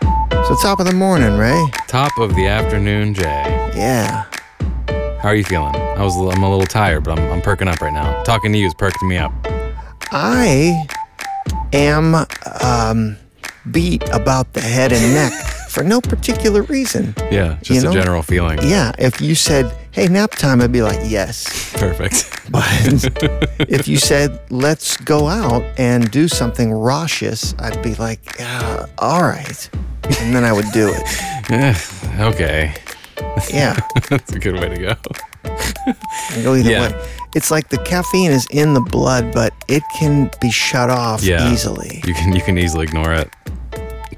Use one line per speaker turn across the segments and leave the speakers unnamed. top of the morning, Ray.
Top of the afternoon, Jay.
Yeah.
How are you feeling? I was, a little- I'm a little tired, but I'm, I'm perking up right now. Talking to you is perking me up.
I am um, beat about the head and neck for no particular reason.
Yeah, just
You
a
know?
general feeling.
Yeah, if you said, hey, nap time, I'd be like, yes.
Perfect.
But if you said, let's go out and do something raucous, I'd be like, "Ah, all right. And then I would do it.
Eh, okay,
Yeah.
that's a good way to go.
can go either
Yeah.
way. It's like the caffeine is in the blood, but it can be shut off
Yeah,
easily.
You can you can easily ignore it,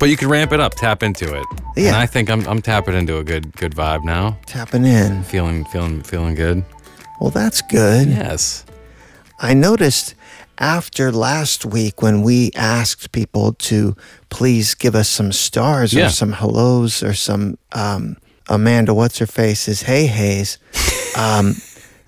but you can ramp it up, tap into it. And
Yeah.
I think I'm, I'm tapping into a good good vibe now.
Tapping in.
Feeling feeling feeling good.
Well, that's good.
Yes.
I noticed after last week when we asked people to please give us some stars
Yeah.
or some hellos or some um, Amanda What's Her Face's Hey Hey's, um,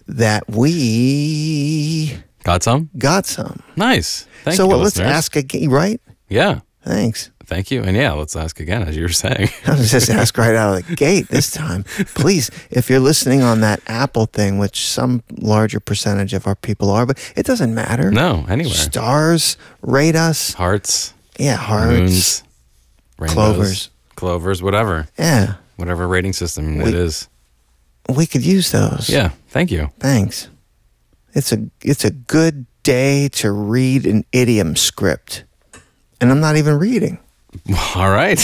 that we
Got some?
got some.
Nice. Thank
so
you.
well, let's
listeners.
ask again, right?
Yeah.
Thanks.
Thank you. And yeah, let's ask again, as you were saying.
I'll just ask right out of the gate this time. Please, if you're listening on that Apple thing, which some larger percentage of our people are, but it doesn't matter.
no, anywhere.
Stars, rate us.
Hearts,
Yeah, hearts.
moons, rainbows,
Clovers.
clovers, whatever.
Yeah,
Whatever rating system it
We-
is.
we could use those.
Yeah. Thank you.
Thanks. It's a it's a good day to read an idiom script. And I'm not even reading.
All right.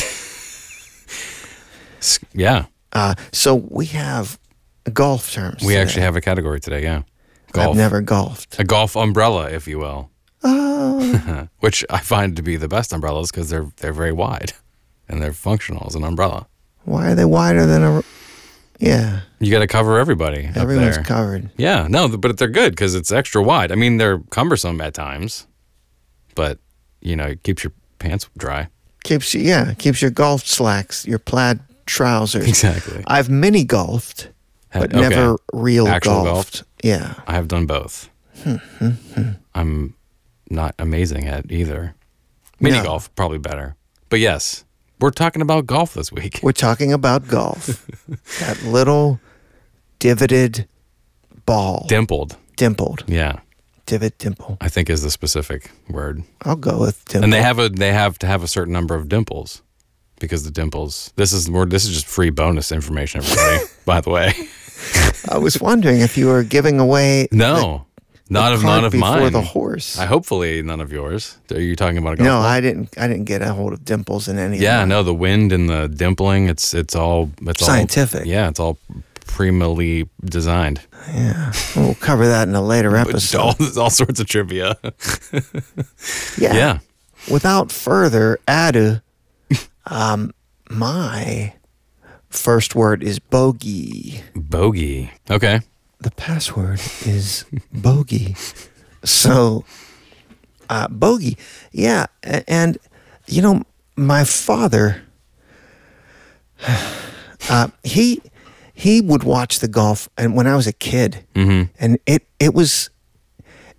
S- yeah.
Uh, so we have golf terms.
We actually have a category today. Yeah. Golf.
I've never golfed.
a golf umbrella, if you will,
Oh,
which I find to be the best umbrellas because they're, they're very wide and they're functional as an umbrella.
why are they wider than a? Yeah,
You got to cover everybody. up
everyone's
there.
covered.
Yeah, no, th- but they're good because it's extra wide. I mean, they're cumbersome at times, but you know, it keeps your pants dry.
Keeps you, yeah, keeps your golf slacks, your plaid trousers.
Exactly.
I've mini golfed,
Ha-
but
okay.
never real
Actual
golfed. Yeah.
I have done both.
Hmm,
I'm not amazing at either. Mini
No.
golf probably better, but yes, we're talking about golf this week.
We're talking about golf. that little divoted ball.
Dimpled,
dimpled.
yeah,
Divot dimple.
I think is the specific word.
I'll go with dimple.
And they have a they have to have a certain number of dimples because the dimples. This is more. This is just free bonus information, everybody. by the way.
I was wondering if you were giving away
No, not
the
of
cart
none of
before
mine.
the horse.
I hopefully none of yours. Are you talking about a golf?
no,
ball?
I didn't I didn't get a hold of dimples in any
yeah,
of
no. The wind and the dimpling. It's it's all it's
Scientific.
All, yeah, it's all primally designed.
that. Yeah. We'll cover that in a later
It's
episode.
all all sorts of trivia.
Yeah.
yeah.
Without further ado, um, my first word is bogey.
bogey. Okay.
The password is bogey. So, uh, bogey. Yeah. a- And, you know, my father, uh, he. He would watch the golf, and when I was a kid, and it it was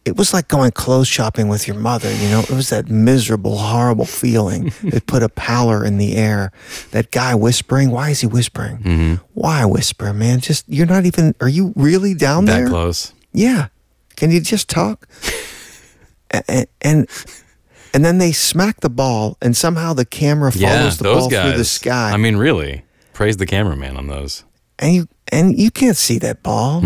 it was like going clothes shopping with your mother. You know, it was that miserable, horrible feeling. it put a pallor in the air. That guy whispering. Why is he whispering? Why whisper, man? Just you're not even. Are you really down
That
there?
close.
Yeah. Can you just talk? A- a- and and then they smack the ball, and somehow the camera follows
Yeah.
the
those
ball
guys.
through the sky.
I mean, really. Praise the cameraman on those.
and you and you can't see that ball.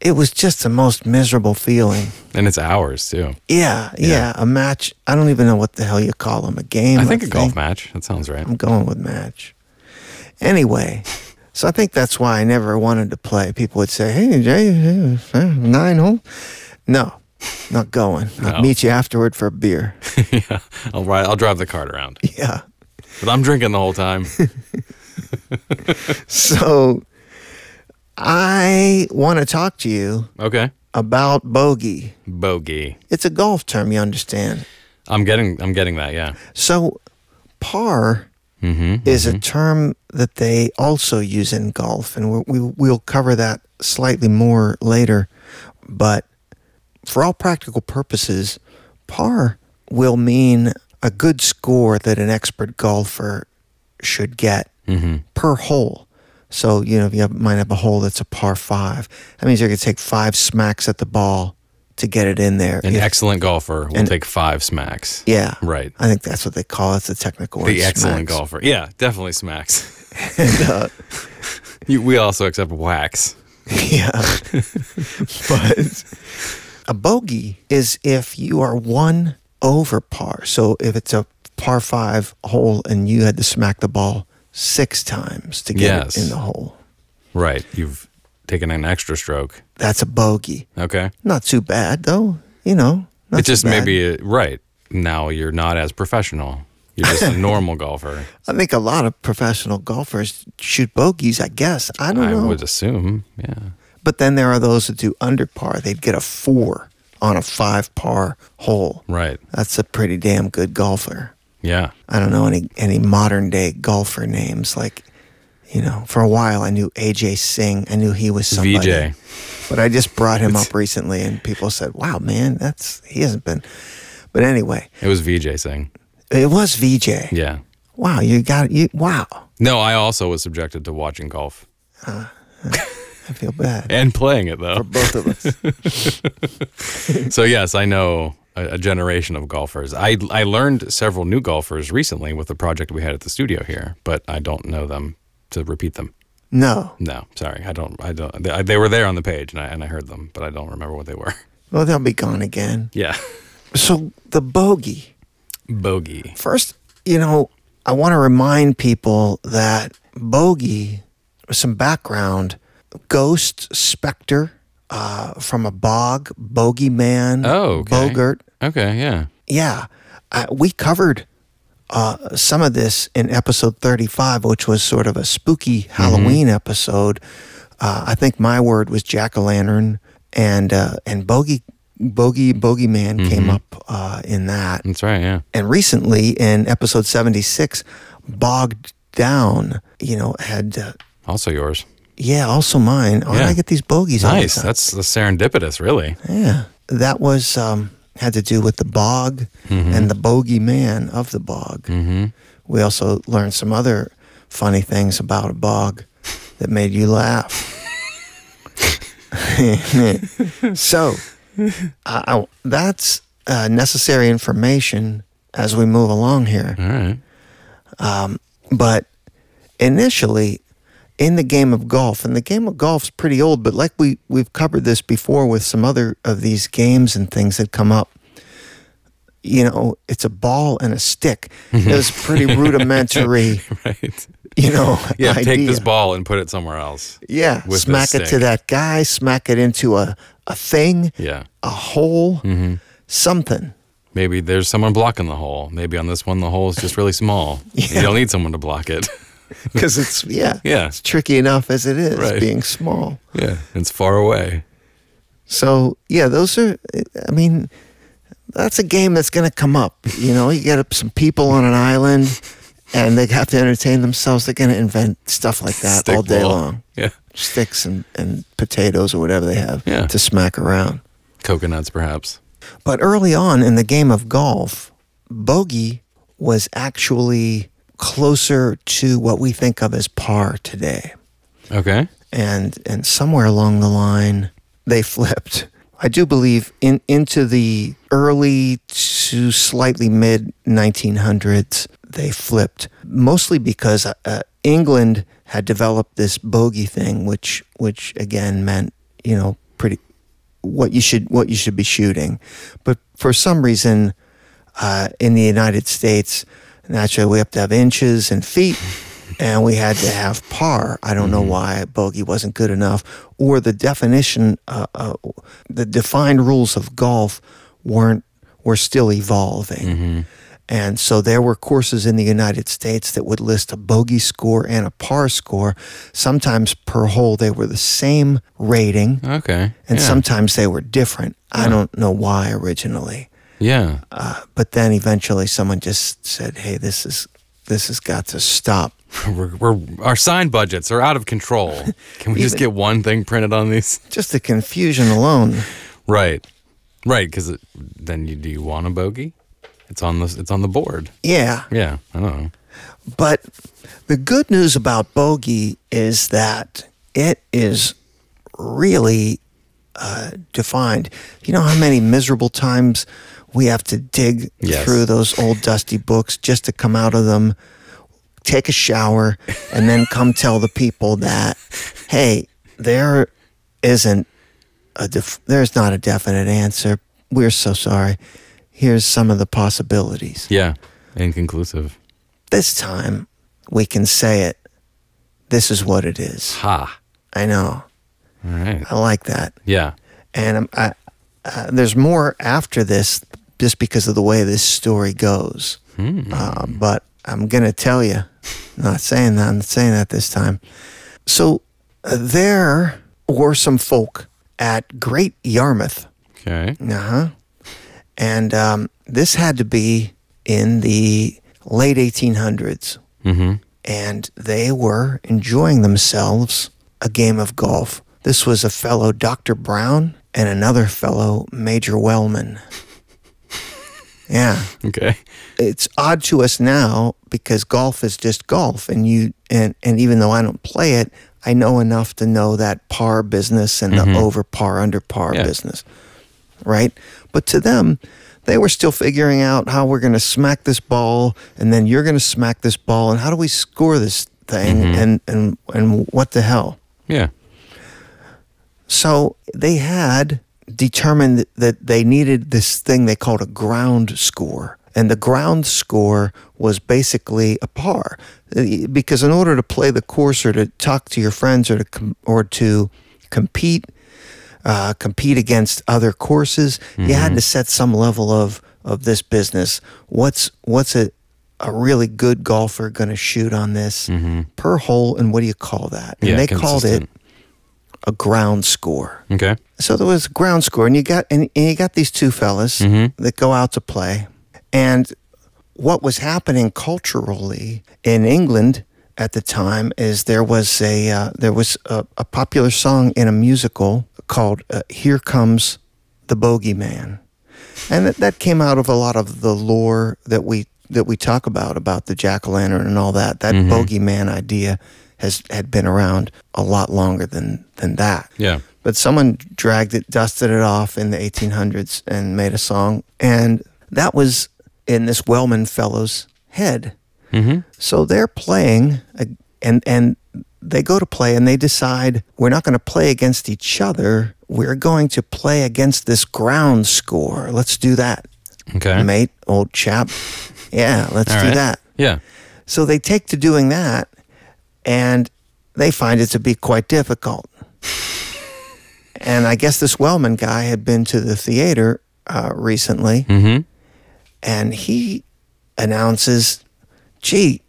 It was just the most miserable feeling.
And it's hours too.
Yeah, yeah, a match. I don't even know what the hell you call them. A game.
I think a golf match. That sounds right.
I'm going with match. Anyway, so I think that's why I never wanted to play. People would say, "Hey, Jay, hey, uh, nine hole." No, not going.
No.
I'll meet you afterward for a beer.
yeah. I'll ride. I'll drive the cart around,
yeah.
but I'm drinking the whole time.
So I want to talk to you
Okay.
about bogey.
Bogey.
It's a golf term, you understand.
I'm getting I'm getting that, yeah.
So par
Mm-hmm.
is a term that they also use in golf, and we're, we we'll cover that slightly more later. But for all practical purposes, par will mean a good score that an expert golfer should get
Mm-hmm.
per hole. So, you know, if you have, might have a hole that's a par five, that means you're going to take five smacks at the ball to get it in there.
An
If-
excellent golfer will take five smacks.
yeah.
Right.
I think that's what they call it. It's the technical word.
The excellent
smacks.
golfer. Yeah, definitely smacks. you, we also accept whacks.
Yeah. but a bogey is if you are one over par. So if it's a par five hole and you had to smack the ball six times to get
Yes.
it in the hole,
Right. You've taken an extra stroke.
that's a bogey.
Okay.
Not too bad, though. You know, not
it just
too bad.
maybe right now you're not as professional. You're just a normal golfer.
I think a lot of professional golfers shoot bogeys, I guess. I don't
I
know.
would assume. Yeah.
But then there are those that do under par. They'd get a four on a five par hole.
Right.
That's a pretty damn good golfer.
Yeah.
I don't know any any modern day golfer names like you know, for a while I knew AJ Singh. I knew he was somebody.
VJ.
But I just brought him up recently and people said, "Wow, man, that's he hasn't been." But anyway,
It was VJ Singh.
it was VJ.
Yeah.
Wow, you got you wow.
No, I also was subjected to watching golf
I feel bad.
and playing it though.
Both of us.
So yes, I know a, a generation of golfers. I I learned several new golfers recently with the project we had at the studio here, but I don't know them to repeat them.
No.
No, sorry, I don't. I don't. They, they were there on the page, and I and I heard them, but I don't remember what they were.
Well, they'll be gone again.
Yeah,
So the bogey.
bogey.
First, you know, I want to remind people that bogey, some background, ghost specter uh, from a bog, bogeyman,
Oh, okay.
bogart.
Okay, yeah.
Yeah, uh, we covered uh, some of this in episode 35, which was sort of a spooky
Mm-hmm.
Halloween episode. Uh, I think my word was jack o' lantern, and uh, and bogey bogey bogeyman
Mm-hmm.
came up uh, in that.
That's right. Yeah.
And recently, in episode 76, Bogged Down, you know, had, uh,
Also yours.
yeah, also mine. Oh,
Yeah.
I get these bogeys all the
Nice.
time?
That's that's serendipitous, really.
Yeah. That was, um, had to do with the bog
Mm-hmm.
and the bogey man of the bog. Mm-hmm. We also learned some other funny things about a bog that made you laugh. so, I, I- that's uh, necessary information as we move along here. Um,
All right.
But initially, in the game of golf, and the game of golf's pretty old, but like we we've covered this before with some other of these games and things that come up. You know, it's a ball and a stick.
Mm-hmm.
It was pretty rudimentary,
Right.
you know.
Yeah.
idea.
Take this ball and put it somewhere else.
Yeah,
with the
smack it to
stick.
that guy. Smack it into a a thing,
Yeah. Mm-hmm.
a hole, something.
Maybe there's someone blocking the hole. Maybe on this one the hole is just really small. You don't need someone to block it.
Because it's yeah,
Yeah.
it's tricky enough as it is
Right.
being small.
yeah. It's far away.
So yeah, those are. I mean, that's a game that's going to come up. You know, you get some people on an island, and they have to entertain themselves. They're going to invent stuff like that
Stick
all day
ball.
long.
Yeah.
Sticks and, and potatoes or whatever they have
Yeah.
to smack around.
Coconuts, perhaps.
But early on in the game of golf, bogey was actually closer to what we think of as par today.
Okay.
and and somewhere along the line they flipped. I do believe in into the early to slightly mid 1900s they flipped mostly because uh, uh, England had developed this bogey thing, which which again meant you know pretty what you should what you should be shooting, but for some reason uh, in the United States, naturally we have to have inches and feet, and we had to have par. I don't know why bogey wasn't good enough, or the definition, uh, uh, the defined rules of golf weren't were still evolving. And so there were courses in the United States that would list a bogey score and a par score. Sometimes per hole they were the same rating,
Okay.
and
yeah.
sometimes they were different. I don't know why originally
Yeah.
uh, but then eventually someone just said, "Hey, this is this has got to stop."
We're, we're our sign budgets are out of control. Can we just get one thing printed on these?
Just the confusion alone.
Right, right. Because then you do you want a bogey? It's on the it's on the board.
Yeah,
Yeah, I don't know.
But the good news about bogey is that it is really uh, defined. You know how many miserable times we have to dig
Yes.
through those old dusty books just to come out of them, take a shower, and then come tell the people that, hey, there isn't a def- there's not a definite answer. We're so sorry. Here's some of the possibilities
Yeah. Inconclusive.
this time we can say it. This is what it is.
Ha.
I know.
All right.
I like that.
Yeah.
And I'm, I, uh, there's more after this, just because of the way this story goes. Uh, but I'm gonna tell you. Not saying that. I'm not saying that this time. So uh, there were some folk at Great Yarmouth.
Okay.
Uh huh. And um, this had to be in the late 1800s.
Mm-hmm.
and they were enjoying themselves a game of golf. This was a fellow Dr. Brown and another fellow Major Wellman. Yeah,
Okay.
it's odd to us now because golf is just golf and you and and even though I don't play it, I know enough to know that par business and the over par under par
Yeah.
business. Right? But to them, they were still figuring out how we're going to smack this ball and then you're going to smack this ball and how do we score this thing and and and what the hell.
Yeah.
So they had determined that they needed this thing they called a ground score. And the ground score was basically a par. Uh, Because in order to play the course or to talk to your friends or to, com- or to compete, uh, compete against other courses, you
Mm-hmm.
had to set some level of, of this business. What's, what's a, a really good golfer going to shoot on this per hole? And what do you call that? And
Mm-hmm. Yeah,
they called it
consistent.
a ground score.
Okay.
So there was ground score, and you got and, and you got these two fellas that go out to play, and what was happening culturally in England at the time is there was a uh, there was a, a popular song in a musical called uh, "Here Comes the Bogeyman," and that, that came out of a lot of the lore that we that we talk about about the jack o' lantern and all that. That bogeyman idea has had been around a lot longer than than that
Yeah.
but someone dragged it, dusted it off in the 1800s and made a song. And that was in this Wellman fellow's head. Mm-hmm. So they're playing, uh, and, and they go to play and they decide we're not going to play against each other. We're going to play against this ground score. Let's do that,
Okay.
mate, old chap. Yeah, let's
All
do
right.
that.
Yeah.
So they take to doing that and they find it to be quite difficult. And I guess this Wellman guy had been to the theater uh, recently
Mm-hmm.
and he announces, gee,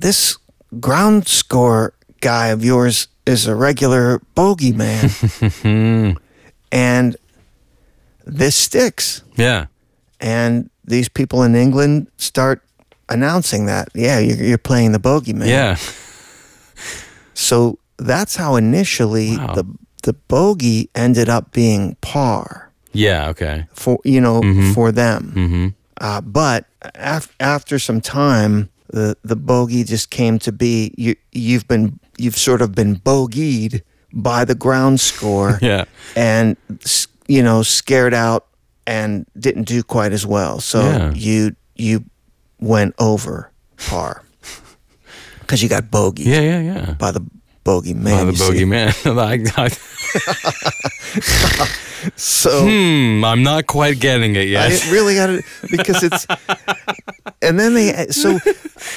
this ground score guy of yours is a regular bogeyman. and this sticks
Yeah.
and these people in England start announcing that, yeah, you're, you're playing the bogeyman.
Yeah.
So that's how initially
Wow.
the the bogey ended up being par
Yeah. Okay.
for you know for them. Mm-hmm. Uh, but af- after some time, the the bogey just came to be. You you've been you've sort of been bogeyed by the ground score.
Yeah.
and s- you know scared out and didn't do quite as well so
Yeah.
you you went over par because you got bogeyed
Yeah. Yeah. Yeah.
by the bogey man
Oh, the
you see.
bogeyman. I, I,
so
hmm. I'm not quite getting it
I
yet.
really got it because it's and then they so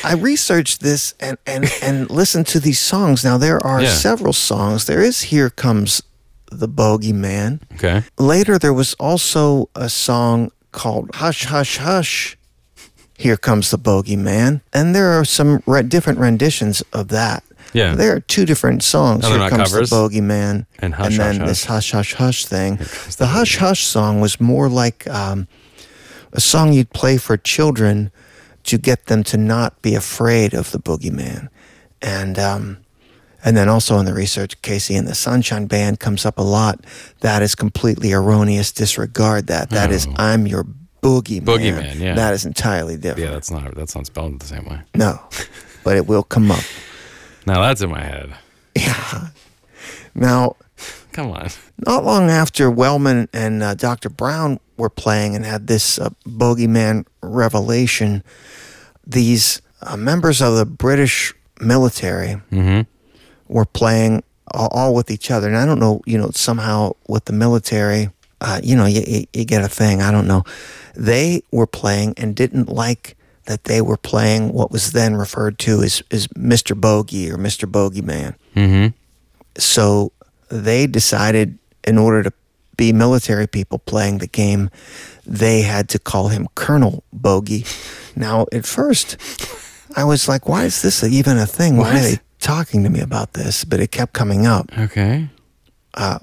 I researched this and and and listened to these songs now there are
Yeah.
several songs there is here comes the bogeyman
okay.
Later, there was also a song called Hush, Hush, Hush. Here comes the bogeyman. And there are some re- different renditions of that.
Yeah.
There are two different songs.
Oh, they're
Here
not
comes
covers?
the bogeyman.
And Hush,
And then
Hush,
this Hush, Hush, Hush thing. The Hush, Hush song was more like um, a song you'd play for children to get them to not be afraid of the boogeyman. And um, and then also in the research, Casey and the Sunshine Band comes up a lot. That is completely erroneous. Disregard that. That is, I'm your boogeyman.
Hmm. Boogeyman, yeah.
That is entirely different.
Yeah, that's not that's not spelled the same way.
No, but it will come up.
Now that's in my head.
Yeah. Now,
Come on.
not long after Wellman and uh, Dr. Brown were playing and had this uh, bogeyman revelation, these uh, members of the British military were playing all, all with each other. And I don't know, you know, somehow with the military, uh, you know, you, you, you get a thing. I don't know. They were playing and didn't like that they were playing what was then referred to as, as Mr. Bogey or Mr. Bogeyman. So they decided, in order to be military people playing the game, they had to call him Colonel Bogey. Now, at first, I was like, why is this even a thing? Why are
What?
they talking to me about this? But it kept coming up.
Okay.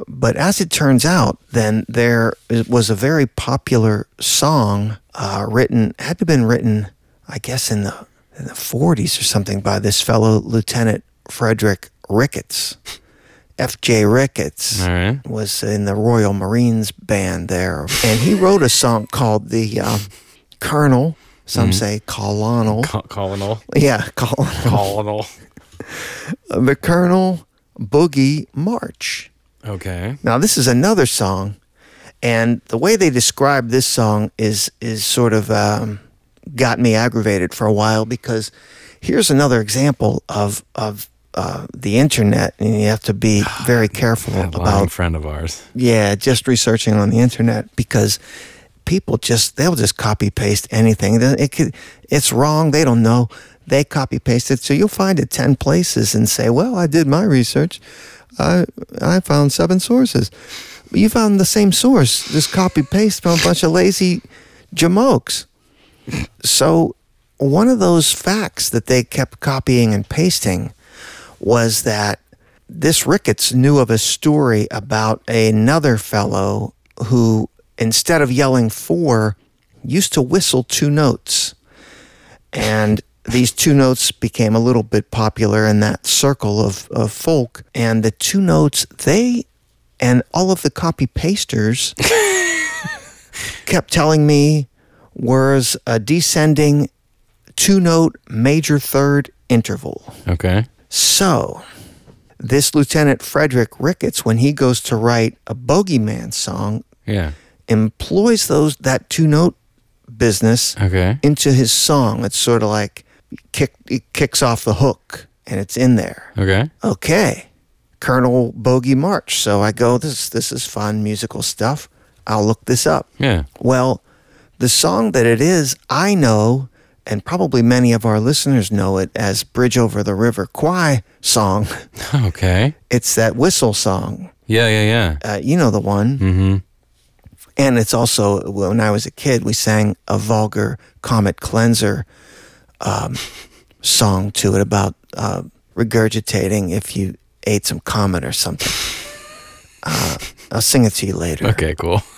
But as it turns out, then there is- was a very popular song uh, written, had to have been written, I guess, in the, in the 40s or something by this fellow Lieutenant Frederick Ricketts. F.J. Ricketts
All right.
was in the Royal Marines band there, and he wrote a song called the um, Colonel. Some say Colonel.
Co- colonel.
Yeah, Colonel. Uh,
Colonel.
The Colonel Boogie March.
Okay.
Now this is another song, and the way they describe this song is is sort of um, got me aggravated for a while because here's another example of of uh, the internet, and you have to be very careful
That
about
lying friend of ours.
Yeah, just researching on the internet because people just they'll just copy paste anything. It it could, it's wrong. They don't know. They copy paste it. So you'll find it ten places and say, "Well, I did my research. I I found seven sources." But You found the same source. Just copy paste from a bunch of lazy jamokes. So one of those facts that they kept copying and pasting was that this Ricketts knew of a story about another fellow who, instead of yelling four, used to whistle two notes. And these two notes became a little bit popular in that circle of, of folk. And the two notes, they and all of the copy pasters kept telling me was a descending two note major third interval.
Okay.
So, this Lieutenant Frederick Ricketts, when he goes to write a bogeyman song,
Yeah.
employs those that two note business
Okay.
into his song. It's sort of like kick, it kicks off the hook, and it's in there.
Okay.
Okay, Colonel Bogey March. So I go, this this is fun musical stuff. I'll look this up.
Yeah.
Well, the song that it is, I know, and probably many of our listeners know it as Bridge Over the River Kwai song.
Okay.
It's that whistle song.
Yeah. Yeah. Yeah.
Uh, you know the one. Mm-hmm. And it's also, when I was a kid, we sang a vulgar Comet Cleanser um, song to it about uh, regurgitating if you ate some comet or something. Uh, I'll sing it to you later.
Okay. Cool.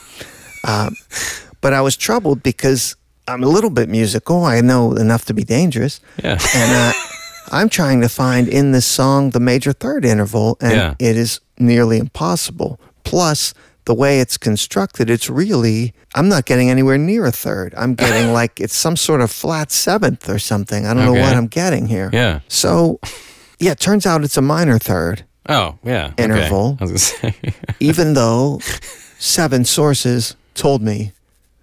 But I was troubled because I'm a little bit musical. I know enough to be dangerous.
Yeah.
And uh, I'm trying to find in this song the major third interval, and
Yeah.
it is nearly impossible. Plus, the way it's constructed, it's really, I'm not getting anywhere near a third. I'm getting like it's some sort of flat seventh or something. I don't know
Okay.
what I'm getting here.
Yeah.
So, yeah, it turns out it's a minor third,
Oh. Yeah. Okay.
Interval.
I was gonna say
even though seven sources told me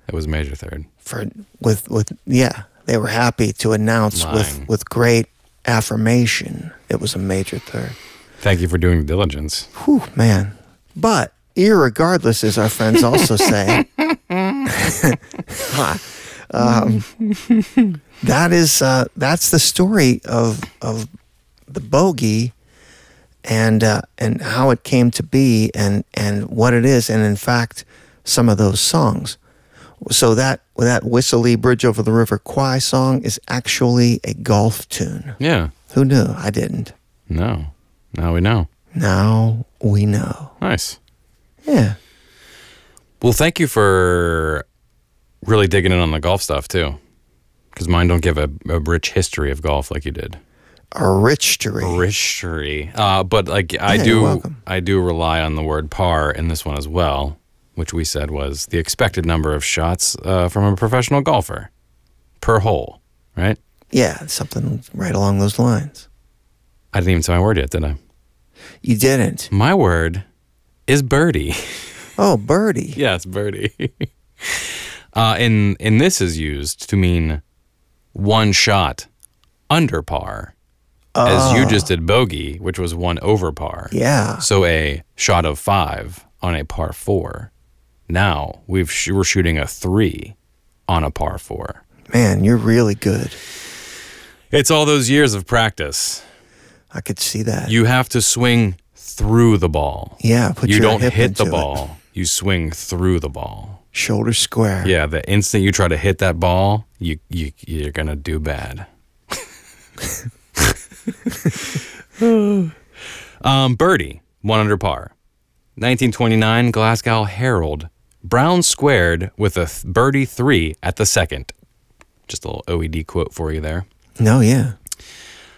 that was major third.
for with with yeah they were happy to announce
Lying.
with with great affirmation it was a major third
Thank you for doing the diligence.
whew man but irregardless as our friends also say um, that is uh, that's the story of of the bogey and uh, and how it came to be and and what it is and in fact some of those songs so that that whistly bridge over the river kwai song is actually a golf tune
Yeah.
who knew i didn't
No. Now we know.
now we know
Nice.
yeah
Well, thank you for really digging in on the golf stuff too, because mine don't give a, a rich history of golf like you did.
a rich story
Richry. Uh, but like I
Yeah, you're
do,
welcome.
I do rely on the word par in this one as well, which we said was the expected number of shots uh, from a professional golfer per hole, right?
Yeah, something right along those lines.
I didn't even say my word yet, did I?
You didn't.
My word is birdie.
Oh, birdie.
yeah, it's birdie. uh, and and this is used to mean one shot under par, as you just did bogey, which was one over par.
Ah. Yeah.
So a shot of five on a par four. Now we've sh- we're shooting a three on a par four.
Man, you're really good.
It's all those years of practice.
I could see that.
You have to swing through the ball.
yeah, put
you
your
don't
hip
hit the
into it.
ball. You swing through the ball.
Shoulder square.
Yeah, the instant you try to hit that ball, you you you're gonna do bad. um, birdie, one under par. 1929 Glasgow Herald. Brown squared with a th- birdie three at the second. Just a little OED quote for you there.
No, yeah.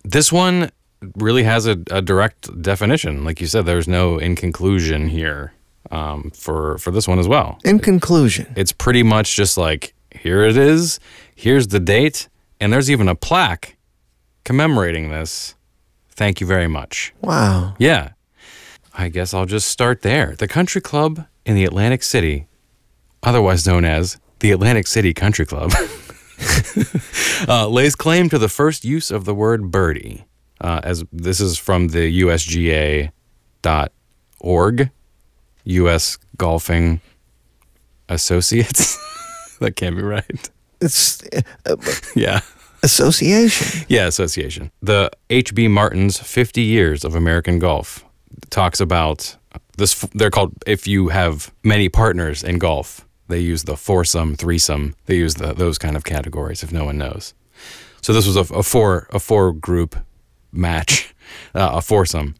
This one really has a, a direct definition. Like you said, there's no in conclusion here um, for for this one as well.
In conclusion,
It's pretty much just like here it is, here's the date, and there's even a plaque commemorating this. Thank you very much.
wow.
Yeah. I guess I'll just start there. The country club in the Atlantic City, otherwise known as the Atlantic City Country Club, uh, lays claim to the first use of the word birdie. Uh, as this is from the USGA.org, U.S. Golfing Associates. that can't be right.
It's uh, uh,
Yeah.
association.
Yeah, association. The H.B. Martin's 50 years of American golf talks about this. They're called, if you have many partners in golf, they use the foursome, threesome. They use the, those kind of categories if no one knows. So this was a, a four a four group match, uh, a foursome.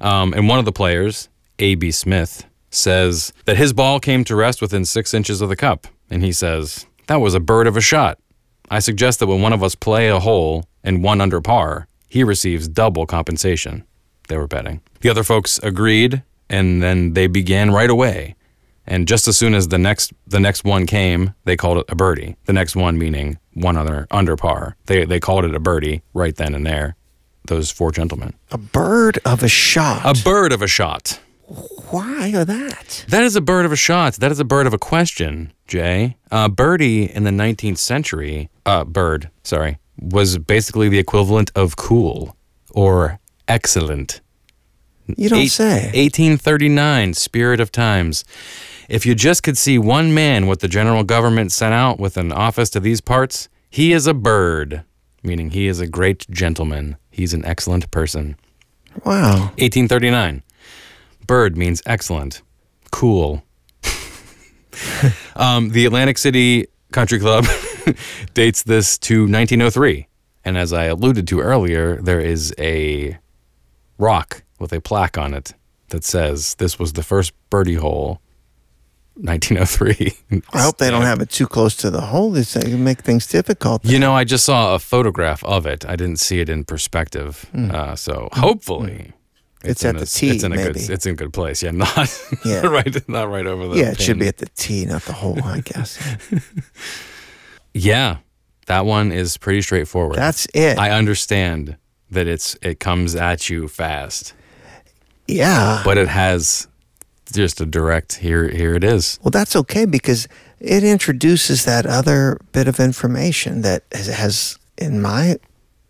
Um, and one of the players, A.B. Smith, says that his ball came to rest within six inches of the cup. And he says, That was a bird of a shot. I suggest that when one of us play a hole and one under par, he receives double compensation. They were betting. The other folks agreed, and then they began right away. And just as soon as the next the next one came, they called it a birdie. The next one meaning one other under par. They they called it a birdie right then and there. Those four gentlemen.
A bird of a
A
shot.
bird of a shot.
Why are that?
That is a bird of a shot. That is a bird of a question, Jay. Uh, birdie in the 19th century, uh, bird, sorry, was basically the equivalent of cool or excellent.
You don't
Eight-
say.
1839, Spirit of Times. If you just could see one man what the general government sent out with an office to these parts, he is a bird, meaning he is a great gentleman. He's an excellent person.
Wow.
1839. Bird means excellent, cool. um, the Atlantic City Country Club dates this to 1903. And as I alluded to earlier, there is a rock with a plaque on it that says this was the first birdie hole, 1903.
I hope they don't have it too close to the hole. This thing can make things difficult.
You know, I just saw a photograph of it. I didn't see it in perspective. Uh, so
Mm.
hopefully,
It's
in
at
a-
the tee,
It's in a good.
maybe.
It's in a good place. Yeah, not
Yeah.
right. Not right over the.
yeah, it should be
pin.
at the tee, not the hole, I guess.
Yeah, that one is pretty straightforward.
That's it.
I understand that it's it comes at you fast,
yeah.
but it has just a direct here. Here it is.
Well, that's okay because it introduces that other bit of information that has, has, in my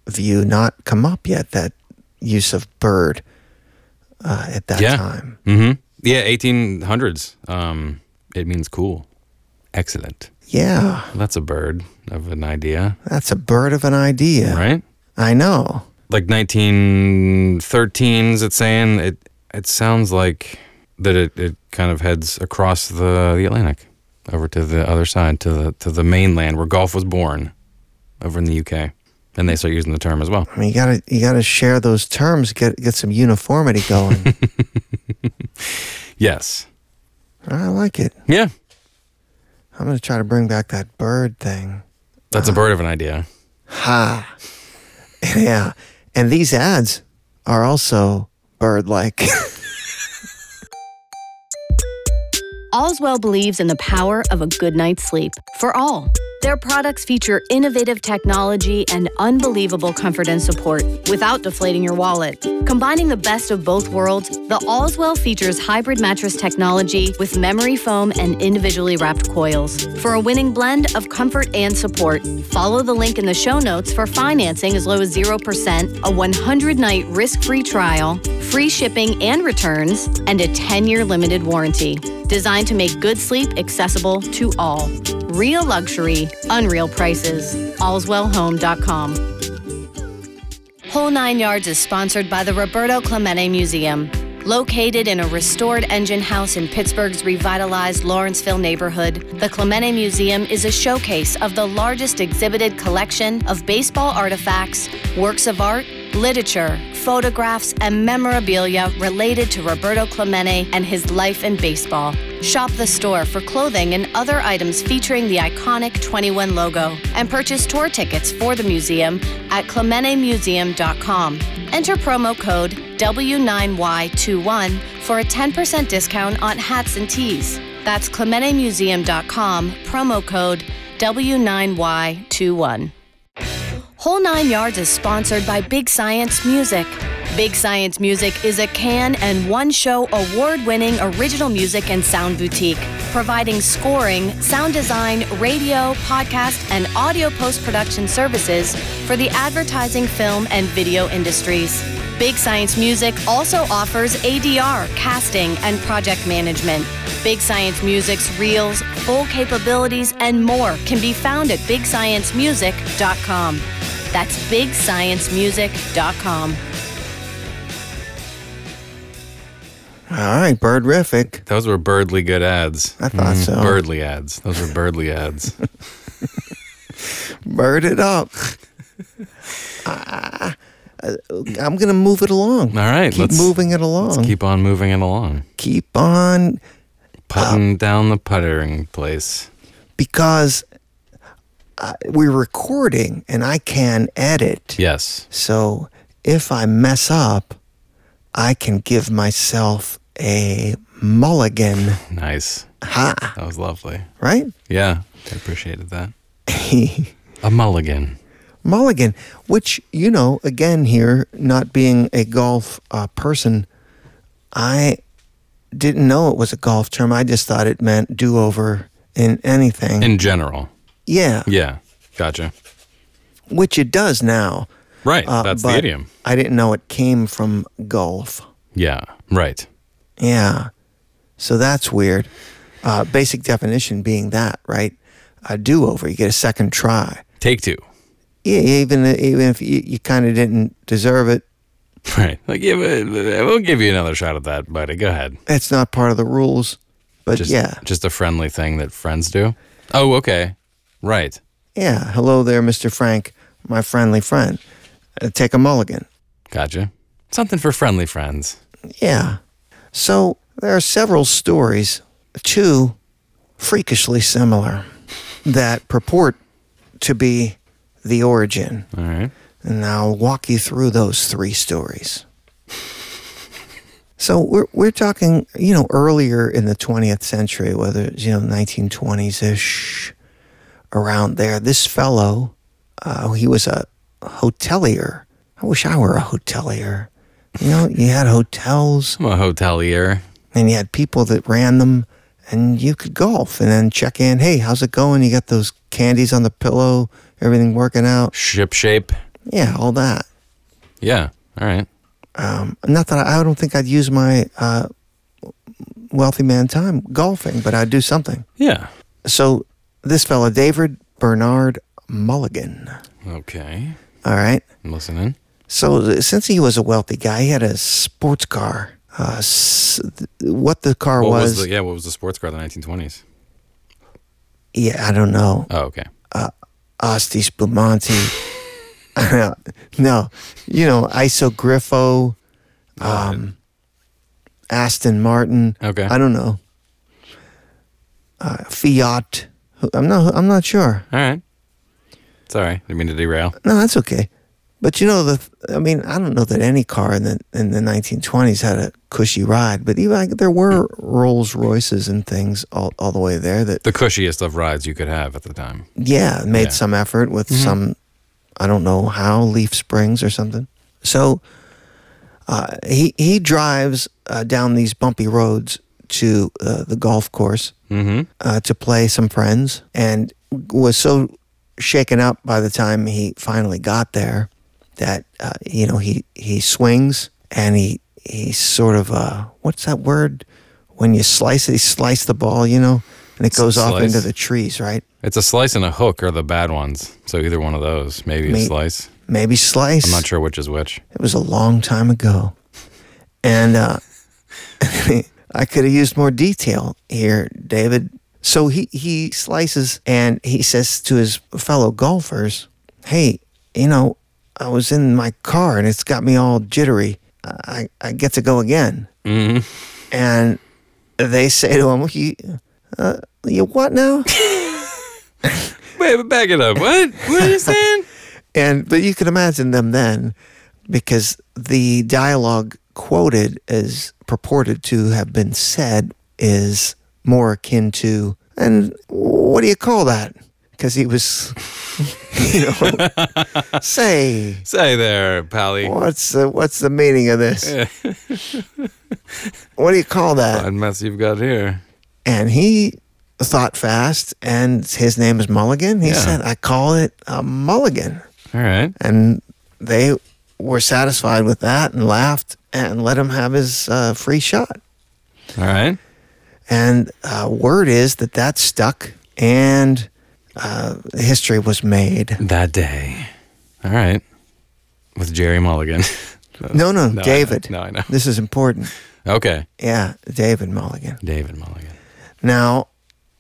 view, not come up yet. That use of bird uh, at that
Yeah.
time.
Mm-hmm. Yeah, eighteen hundreds. Um, it means cool, excellent.
Yeah,
That's a bird of an idea,
that's a bird of an idea.
right?
I know.
like 1913s it's saying it it sounds like that it, it kind of heads across the, the Atlantic over to the other side to the to the mainland where golf was born over in the UK and they start using the term as well
I mean, you gotta you gotta share those terms. Get get some uniformity going.
yes
I like it.
yeah
I'm gonna try to bring back that bird thing.
that's a bird of an idea
Ha. Yeah. And these ads are also bird like.
Allswell believes in the power of a good night's sleep for all. Their products feature innovative technology and unbelievable comfort and support without deflating your wallet. Combining the best of both worlds, the Allswell features hybrid mattress technology with memory foam and individually wrapped coils for a winning blend of comfort and support. Follow the link in the show notes for financing as low as 0%, a 100 night risk free trial, free shipping and returns, and a 10 year limited warranty. Designed to make good sleep accessible to all. Real luxury, unreal prices. AllswellHome.com. Whole Nine Yards is sponsored by the Roberto Clemente Museum. Located in a restored engine house in Pittsburgh's revitalized Lawrenceville neighborhood, the Clemente Museum is a showcase of the largest exhibited collection of baseball artifacts, works of art, literature, photographs, and memorabilia related to Roberto Clemente and his life in baseball. Shop the store for clothing and other items featuring the iconic 21 logo and purchase tour tickets for the museum at clementemuseum.com. Enter promo code W9Y21 for a 10% discount on hats and tees. That's clementemuseum.com, promo code W9Y21. Whole Nine Yards is sponsored by Big Science Music. Big Science Music is a can and one show award winning original music and sound boutique, providing scoring, sound design, radio, podcast, and audio post production services for the advertising, film, and video industries. Big Science Music also offers ADR, casting, and project management. Big Science Music's reels, full capabilities, and more can be found at bigsciencemusic.com. That's bigsciencemusic.com.
All right, birdrific.
Those were Birdly good ads. Mm-hmm.
I thought so.
Birdly ads. Those were Birdly ads.
Bird it up. I, am gonna move it along.
All right,
keep
let's-
moving it along.
Let's keep on moving it along.
keep on
Putting down the puttering place.
because uh, we're recording and I can edit.
Yes.
So if I mess up, I can give myself a mulligan.
Nice.
Ha!
That was lovely.
Right?
Yeah. I appreciated that. A mulligan.
mulligan, which, you know, again, here, not being a golf uh, person, I didn't know it was a golf term. I just thought it meant do over in anything.
In general.
yeah,
Yeah. Gotcha.
which it does now.
Right.
Uh,
That's the
but
idiom.
I didn't know it came from golf.
Yeah. Right.
Yeah. So that's weird. Uh, basic definition being that, right? A do over. You get a second try.
Take two.
Yeah, even even if you, you kind of didn't deserve it,
Right. Like, yeah, but- but we'll give you another shot at that, buddy. Go ahead.
it's not part of the rules. But
Just,
yeah,
Just a friendly thing that friends do. Oh, okay. Right.
yeah. Hello there, Mr. Frank, my friendly friend. Uh, take a mulligan.
Gotcha. Something for friendly friends.
Yeah. So there are several stories, two freakishly similar, that purport to be the origin.
All right.
and I'll walk you through those three stories. So we're we're talking, you know, earlier in the 20th century, whether it's you know 1920s ish, around there. This fellow, uh, he was a hotelier. I wish I were a hotelier. You know, you had hotels
I'm a hotelier.
and you had people that ran them, and you could golf and then check in. Hey, how's it going? You got those candies on the pillow, everything working out?
Ship shape.
Yeah, all that.
Yeah. All right.
um, not that I, I don't think I'd use my uh, wealthy man time golfing, but I'd do something.
Yeah.
So this fella, David Bernard Mulligan.
Okay.
All right.
I'm listening.
So th- since he was a wealthy guy, he had a sports car. Uh, s- th- what the car
What
was,
was, the yeah? What was the sports car of the 1920s?
yeah, I don't know.
Oh, okay.
Asti Spumanti. no, you know, Iso Griffo, um, Aston Martin.
Okay.
I don't know. Uh, Fiat. Who- I'm not. I'm not sure.
All right. Sorry, didn't mean to derail.
No, that's okay. But you know the I mean I don't know that any car in the in the 1920s had a cushy ride, but even like, there were Rolls Royces and things all, all the way there that
The cushiest of rides you could have at the time.
yeah made
Yeah. Mm-hmm.
some effort with some I don't know how leaf springs or something. So uh, he he drives uh, down these bumpy roads to uh, the golf course
Mm-hmm.
uh, to play some friends and was so shaken up by the time he finally got there that uh, you know he he swings and he he sort of uh, what's that word when you slice it he sliced the ball you know and it goes off
Slice.
into the trees right
It's a slice and a hook are the bad ones. So either one of those, maybe a
Me-
slice.
maybe slice
I'm not sure which is which.
It was a long time ago. And uh, I could have used more detail here, David. So he, he slices and he says to his fellow golfers, Hey, you know, I was in my car and it's got me all jittery. I, I get to go again. Mm-hmm. And they say to him, you, uh, you what now?
Wait, back it up. What? What are you saying?
And but you can imagine them then, because the dialogue quoted as purported to have been said is more akin to and what do you call that? Because he was, you know, say
Say there, Pally.
what's the what's the meaning of this? what do you call that?
What mess you've got here?
and he thought fast. And his name is Mulligan. He
Yeah.
said, "I call it a mulligan."
All right.
and they were satisfied with that and laughed and let him have his uh, free shot.
All right.
And uh, word is that that stuck, and uh, history was made.
That day. All right. With Jerry Mulligan.
No, no,
I
David.
know. No, I know.
This is important.
okay.
Yeah, David Mulligan.
David Mulligan.
Now,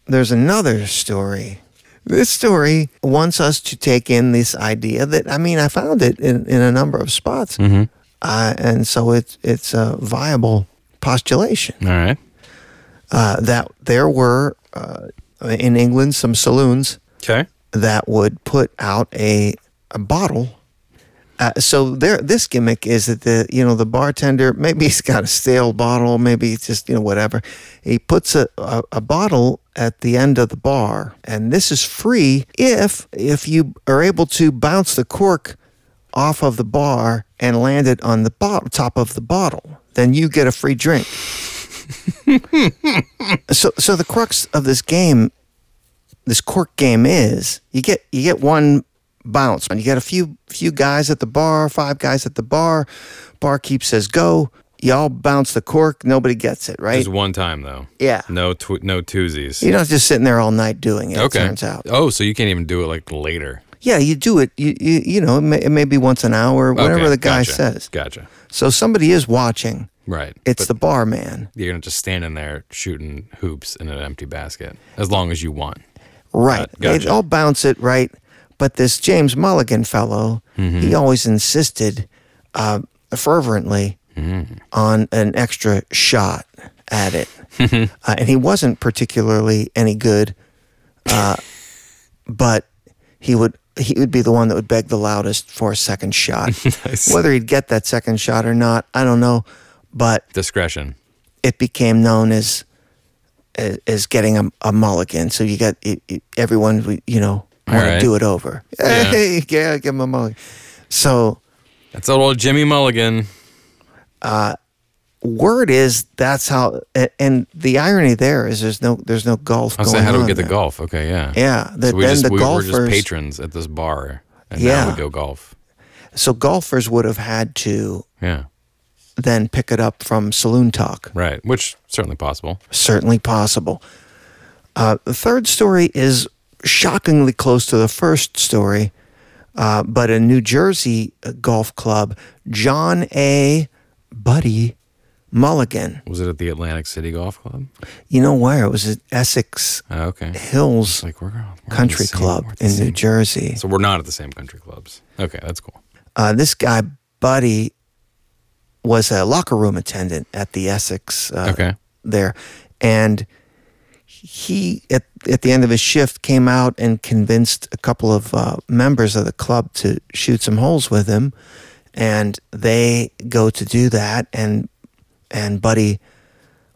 there's another story. This story wants us to take in this idea that I mean I found it in, in a number of spots,
Mm-hmm.
uh, and so it's it's a viable postulation.
All right.
uh, that there were uh, in England some saloons
Okay.
that would put out a, a bottle. Uh, so there, this gimmick is that the you know the bartender maybe he's got a stale bottle, maybe it's just you know whatever. He puts a, a, a bottle at the end of the bar, and this is free if if you are able to bounce the cork off of the bar and land it on the bo- top of the bottle, then you get a free drink. so so the crux of this game this cork game is you get you get one bounce and you get a few few guys at the bar five guys at the bar barkeep says go y'all bounce the cork nobody gets it right
Just one time though.
Yeah.
No tw- no twosies.
you're not just sitting there all night doing it
okay.
it turns out
Oh, so you can't even do it like later.
yeah you do it you you, you know it may, it may be once an hour whatever
Okay,
the guy
gotcha,
says
Gotcha.
so somebody is watching
Right.
it's the barman
you're not just standing there shooting hoops in an empty basket as long as you want.
Right. They
gotcha.
all bounce it right. But this James Mulligan fellow, he always insisted uh, fervently on an extra shot at it. uh, and he wasn't particularly any good, uh, but he would. He would be the one that would beg the loudest for a second shot. Whether he'd get that second shot or not, I don't know. But
Discretion.
it became known as as, as getting a, a mulligan. So you got it, it- everyone, we- you know,
All
want
right.
to do it over. Hey, yeah, give him a mulligan. So
That's old Jimmy Mulligan.
word is that's how. a- And the irony there is there's no there's no golf.
I was
going
saying, how do we
on
get the
there.
golf? Okay, yeah.
Yeah, that
so we
then
just,
the
we were
golfers-
just patrons at this bar, and now
Yeah.
we go golf.
So golfers would have had to
Yeah,
then pick it up from saloon talk.
right. Which certainly possible.
certainly possible. Uh, the third story is shockingly close to the first story, uh, but a New Jersey uh, golf club, John A. Buddy Mulligan.
Was it at the Atlantic City Golf Club?
You know where? It was at Essex
Oh, okay.
Hills
Like we're, we're at the
Country
same-
Club
we're at the
in
same-
New Jersey.
So we're not at the same country clubs. Okay, that's cool.
Uh, this guy, Buddy, was a locker room attendant at the Essex uh,
Okay.
there, and he at, at the end of his shift came out and convinced a couple of uh, members of the club to shoot some holes with him and they go to do that and and buddy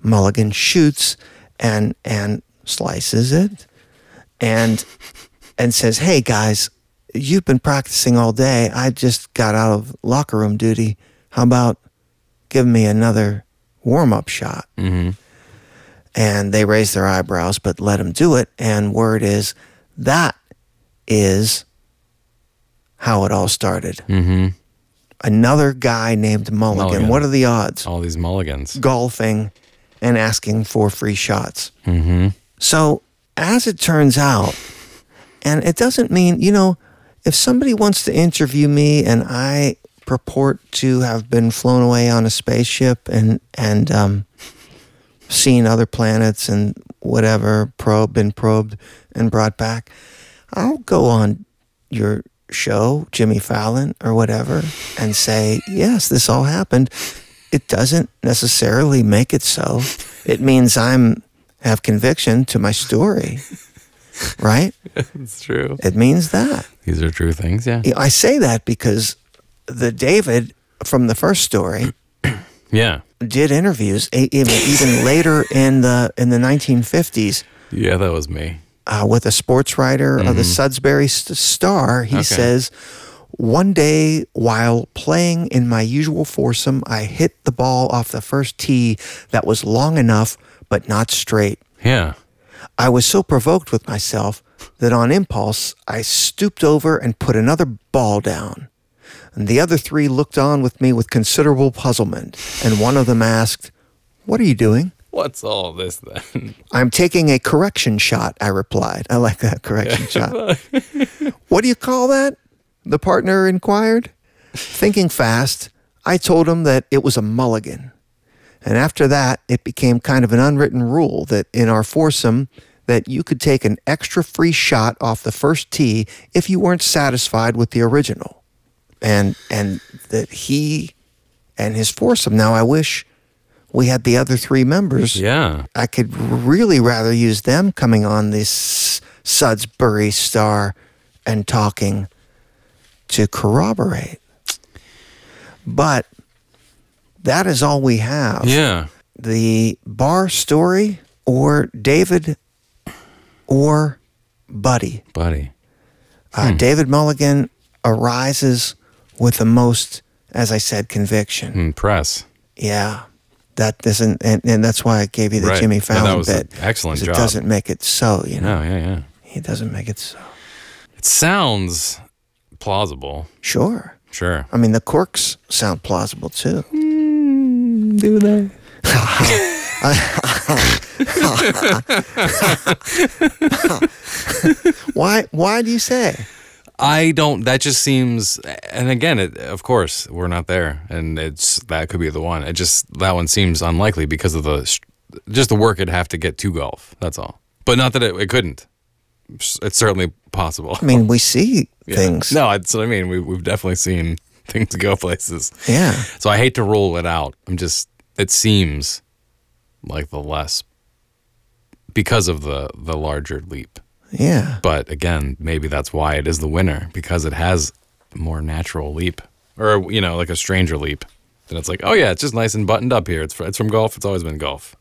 mulligan shoots and and slices it and and says hey guys you've been practicing all day i just got out of locker room duty how about give me another warm-up shot and they raise their eyebrows but let him do it and word is that is how it all started mm-hmm. another guy named mulligan.
Mulligan.
what are the odds
All these mulligans.
golfing and asking for free shots mm-hmm. so as it turns out and it doesn't mean you know if somebody wants to interview me and i purport to have been flown away on a spaceship and and um seen other planets and whatever, probe, been probed and brought back. I'll go on your show, Jimmy Fallon or whatever, and say, yes, this all happened. It doesn't necessarily make it so. It means I'm have conviction to my story. Right?
It's true.
It means that.
These are true things. Yeah.
You know, I say that because the David from the first story
Yeah.
did interviews e- even, even later in the in the 1950s
Yeah, that was me.
uh, with a sports writer of the Sudbury St- Star. He says, One day while playing in my usual foursome, I hit the ball off the first tee that was long enough but not straight.
Yeah.
I was so provoked with myself that on impulse, I stooped over and put another ball down. And the other three looked on with me with considerable puzzlement, and one of them asked, What are you doing?
What's all this then?
I'm taking a correction shot, I replied. I like that correction shot. what do you call that? The partner inquired. Thinking fast, I told him that it was a mulligan. And after that, it became kind of an unwritten rule that in our foursome that you could take an extra free shot off the first tee if you weren't satisfied with the original. And and that he and his foursome. Now I wish we had the other three members
Yeah.
I could really rather use them coming on this Sudsbury Star and talking to corroborate. But that is all we have.
Yeah.
The bar story or David or Buddy.
Buddy.
Uh, David Mulligan arises with the most, as I said, conviction.
Impress.
Yeah. That doesn't, and, and that's why I gave you the
Right.
Jimmy
No, that
Fallon
was an
bit.
excellent
'cause It
job.
doesn't make it so, you know.
No, yeah, yeah.
He doesn't make it so.
It sounds plausible.
Sure.
Sure.
I mean, the corks sound plausible too.
Do they?
Why? Why do you say?
I don't. That just seems. And again, it, of course, we're not there, and it's that could be the one. It just that one seems unlikely because of the st- just the work it'd have to get to golf. That's all. But not that it, it couldn't. It's certainly possible.
I mean, we see things.
No, that's what I mean. We, we've definitely seen things go places.
Yeah.
So I hate to rule it out. I'm just. It seems like the less because of the the larger leap.
Yeah.
But again, maybe that's why it is the winner because it has a more natural leap or, you know, like a stranger leap. And it's like, oh, yeah, it's just nice and buttoned up here. It's, fr- it's from golf. It's always been golf.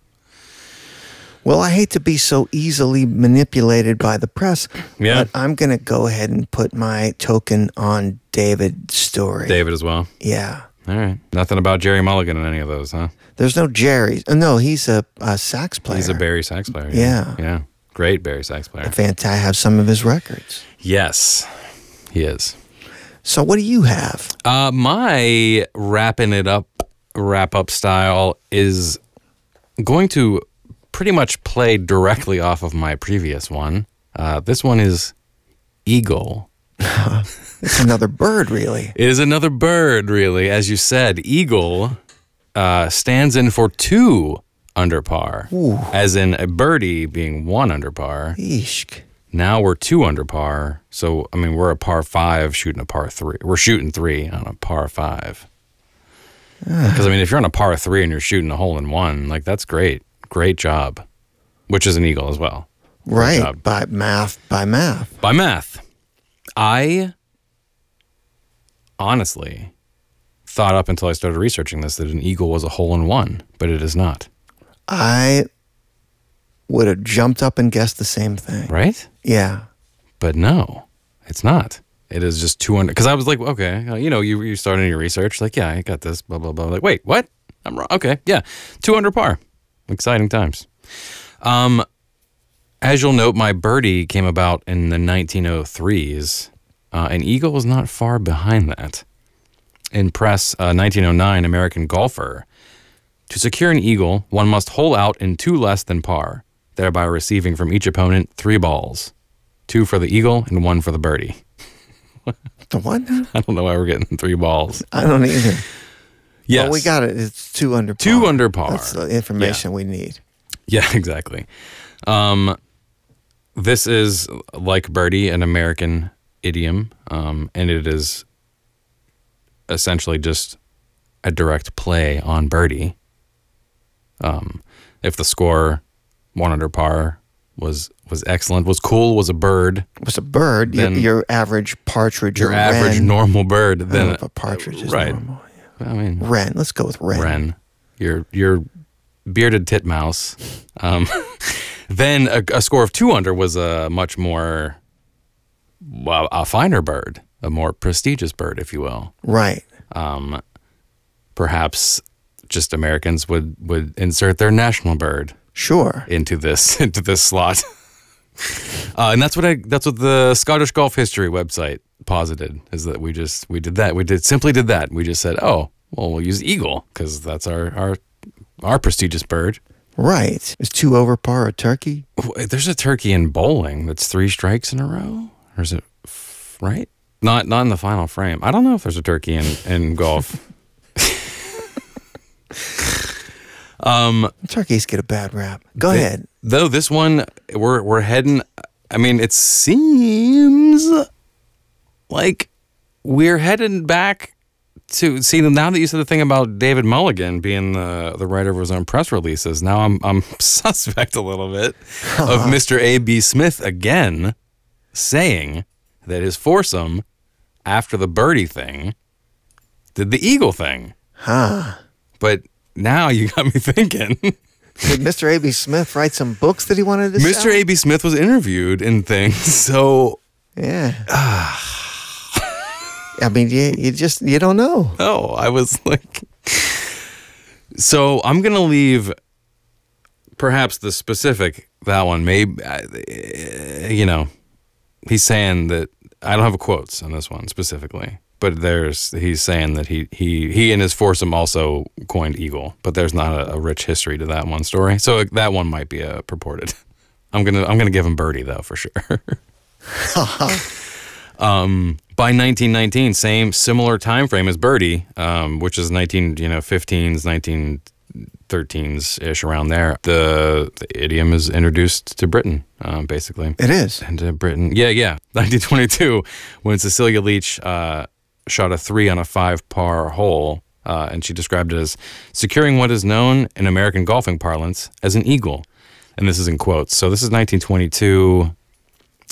Well, I hate to be so easily manipulated by the press,
Yeah.
but I'm going to go ahead and put my token on David's story.
David as well.
Yeah.
All right. Nothing about Jerry Mulligan in any of those, huh?
There's no Jerry. Oh, no, he's a, a sax player.
He's a Barry sax player.
Yeah.
Yeah. Great Barry sax player.
Fant- I have some of his records.
Yes, he is.
So, what do you have?
Uh, my wrapping it up, wrap up style is going to pretty much play directly off of my previous one. Uh, this one is eagle.
It's another bird, really.
It is another bird, really, as you said. Eagle uh, stands in for two under par, as in a birdie being one under par.
Eesh.
Now we're two under par. So, I mean, we're a par five shooting a par three. We're shooting three on a par five. Because, I mean, if you're on a par three and you're shooting a hole in one, like, that's great. Great job. which is an eagle as well.
Right.
job.
By math, by math.
By math, I honestly thought up until I started researching this that an eagle was a hole in one, but it is not.
I would have jumped up and guessed the same thing.
Right?
Yeah.
But no, it's not. It is just 200. Because I was like, okay, uh, you know, you, you started your research, like, yeah, I got this, blah, blah, blah. Like, wait, what? I'm wrong. Okay, yeah, 200 par. Exciting times. Um, as you'll note, my birdie came about in the 1903s. Uh, an eagle was not far behind that. In press, uh, 1909, American golfer. To secure an eagle, one must hole out in two less than par, thereby receiving from each opponent three balls two for the eagle and one for the birdie.
The what? now?
I don't know why we're getting three balls.
I don't either.
Yes,
Well, we got it. It's two under par.
two under par.
That's the information we need.
yeah, exactly. Um, this is like birdie, an American idiom, um, and it is essentially just a direct play on birdie. Um, if the score one under par was was excellent, was cool, was a bird,
was a bird, y-
Then-
your average partridge,
your
or
average
wren.
normal bird,
I don't know
then
if a partridge is
right.
normal.
I mean
Wren. Let's go with wren.
Wren, your your bearded titmouse. Um, then a, a score of two under was a much more well, a finer bird, a more prestigious bird, if you will.
Right.
Perhaps just Americans would would insert their national bird
Sure.
into this into this slot. Uh, and that's what I that's what the Scottish golf history website posited is that we just we did that we did simply did that we just said oh well we'll use eagle because that's our our our prestigious bird
Right. Is two over par a turkey?
Wait, There's a turkey in bowling that's three strikes in a row, or is it f- right? Not not in the final frame. I don't know if there's a turkey in in golf.
Turkeys get a bad rap. Go ahead.
Though this one, we're we're heading. I mean, it seems like we're heading back to see. Now that you said the thing about David Mulligan being the the writer of his own press releases, now I'm I'm suspect a little bit of Mr. A. B. Smith again saying that his foursome after the birdie thing did the eagle thing,
Huh.
but now you got me thinking.
Did Mr. A.B. Smith write some books that he wanted to
Mr.
sell?
A.B. Smith was interviewed in things, so
Yeah. I mean, you, you just, you don't know.
no, oh, I was like, so I'm gonna leave. Perhaps the specific that one, maybe uh, you know, he's saying that I don't have quotes on this one specifically, but there's he's saying that he he he and his foursome also coined eagle, but there's not a, a rich history to that one story, so that one might be a purported. I'm gonna I'm gonna give him birdie though for sure. um, by 1919, same similar time frame as Birdie, um, which is 19, you know, 15s, 1913s ish around there. The, the idiom is introduced to Britain, um, basically.
It is.
And to Britain, yeah, yeah, 1922, when Cecilia Leach uh, shot a three on a five par hole, uh, and she described it as securing what is known in American golfing parlance as an eagle. And this is in quotes. So this is 1922.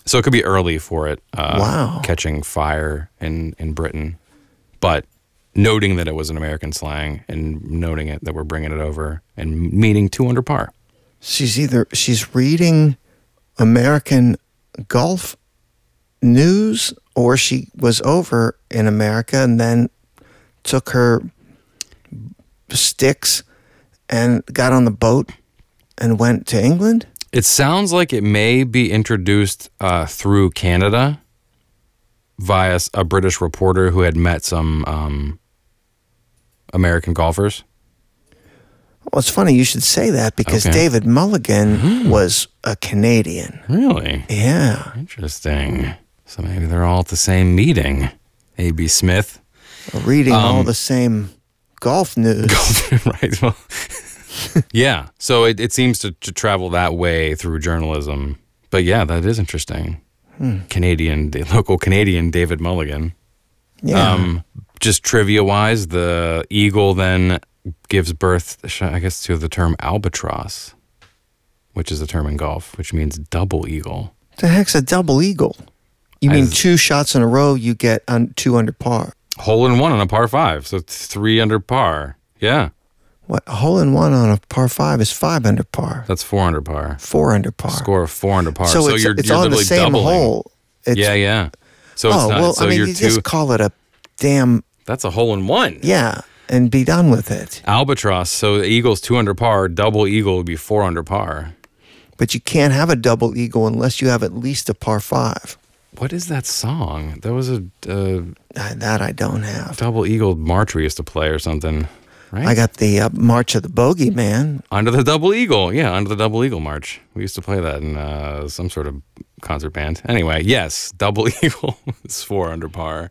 So it could be early for it uh,
Wow.
catching fire in, in Britain, but noting that it was an American slang and noting it that we're bringing it over and meaning two under par.
She's either, she's reading American golf news or she was over in America and then took her sticks and got on the boat and went to England.
It sounds like it may be introduced uh, through Canada via s- a British reporter who had met some um, American golfers.
Well, it's funny you should say that because
Okay.
David Mulligan was a Canadian.
Really?
Yeah,
Interesting. So maybe they're all at the same meeting. A.B. Smith.
reading
Um,
all the same golf news.
right. Well, yeah. So it, it seems to, to travel that way through journalism. But yeah, that is interesting. Canadian, the local Canadian David Mulligan.
Yeah,
Um, just trivia wise, the eagle then gives birth, sh- I guess, to the term albatross. which is a term in golf, which means double eagle.
The heck's a double eagle? You mean
As-
two shots in a row, you get on two under par.
Hole in one on a par five, so it's three under par. Yeah,
What a hole in one on a par five is five under par,
that's four under par.
four under par.
Score of four under par.
So,
So,
it's,
you're,
it's
you're
on the
literally
same
doubling.
hole. It's,
yeah, yeah. So it's
oh
not.
well,
so
I mean,
you're
you
two.
just call it a damn
that's a hole in one.
yeah, and be done with it.
Albatross. So the eagle's two under par. Double eagle would be four under par.
But you can't have a double eagle unless you have at least a par five.
What is that song? That was a uh,
Uh, That I don't have.
double eagle march we used to play or something, right?
I got the uh, March of the Bogey Man.
Under the Double Eagle. Yeah, Under the Double Eagle March. We used to play that in uh, some sort of concert band. Anyway, yes, Double Eagle is four under par.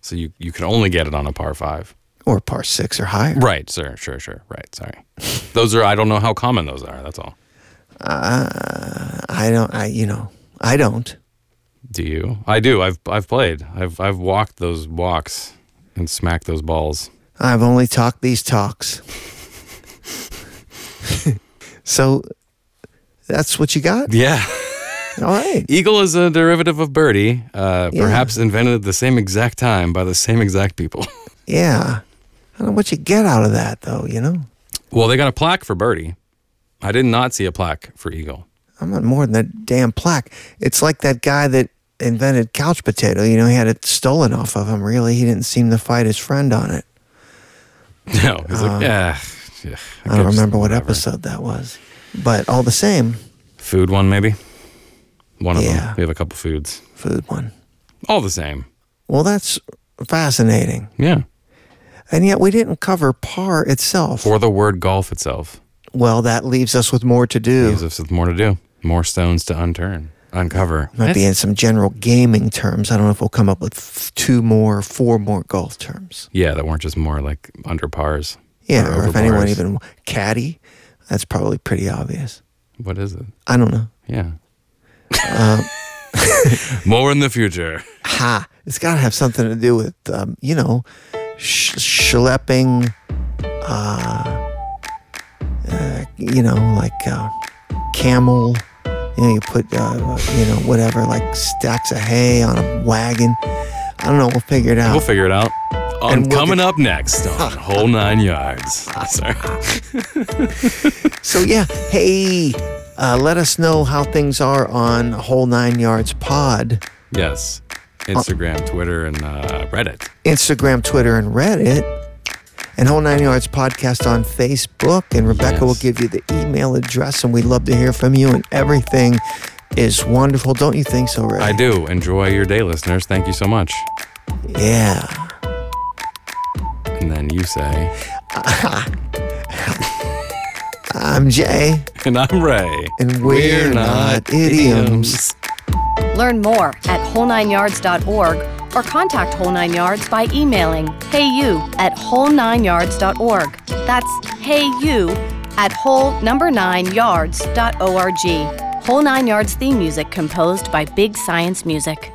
So you, you can only get it on a par five.
Or par six or higher.
Right, sir. Sure, sure. Right, sorry. Those are, I don't know how common those are. That's all.
I don't. I you know. I don't.
Do you? I do. I've, I've played. I've, I've walked those walks and smacked those balls.
I've only talked these talks. so that's what you got?
Yeah.
All right.
Eagle is a derivative of birdie, uh,
Yeah.
perhaps invented at the same exact time by the same exact people.
Yeah. I don't know what you get out of that, though, you know?
Well, they got a plaque for Birdie. I did not see a plaque for Eagle.
I'm not more than a damn plaque. It's like that guy that invented couch potato. You know, he had it stolen off of him, really. He didn't seem to fight his friend on it.
No, it's like, yeah, yeah,
Ah. I don't
guess
remember what
whatever.
episode that was. But all the same,
Food one maybe. One of
Yeah.
them. We have a couple foods.
food one.
All the same.
Well, that's fascinating.
Yeah.
And yet we didn't cover par itself.
Or the word golf itself
Well, that leaves us with more to do.
gives us more to do, more stones to unturn, uncover.
Might be in some general gaming terms. I don't know if we'll come up with f- two more, four more golf terms.
Yeah, that weren't just more like under pars.
Yeah, or,
over
if anyone
pars.
even caddy, that's probably pretty obvious.
What is it?
I don't know.
Yeah. Uh, more in the future.
Ha! It's got to have something to do with um, you know, sh- schlepping. Uh, uh, you know, like uh, camel. You know, you put uh, you know whatever, like stacks of hay on a wagon. I don't know. We'll figure it out.
We'll figure it out.
And
On
we'll
coming
get-
up next on Whole Nine Yards. Sorry.
So yeah, hey, uh, let us know how things are on Whole Nine Yards Pod,
Yes. Instagram, Twitter, and uh, Reddit.
Instagram, Twitter, and Reddit, and Whole Nine Yards Podcast on Facebook. And Rebecca
Yes.
will give you the email address, and we'd love to hear from you. And everything is wonderful, don't you think so, Ray?
I do. Enjoy your day, listeners. Thank you so much.
Yeah.
And then you say,
I'm Jay,
and I'm Ray.
and we're, not idioms.
Learn more at whole9yards.org or contact Whole Nine Yards by emailing heyu at whole9yards.org. That's heyu at whole number nine yards.org. Whole Nine Yards theme music composed by Big Science Music.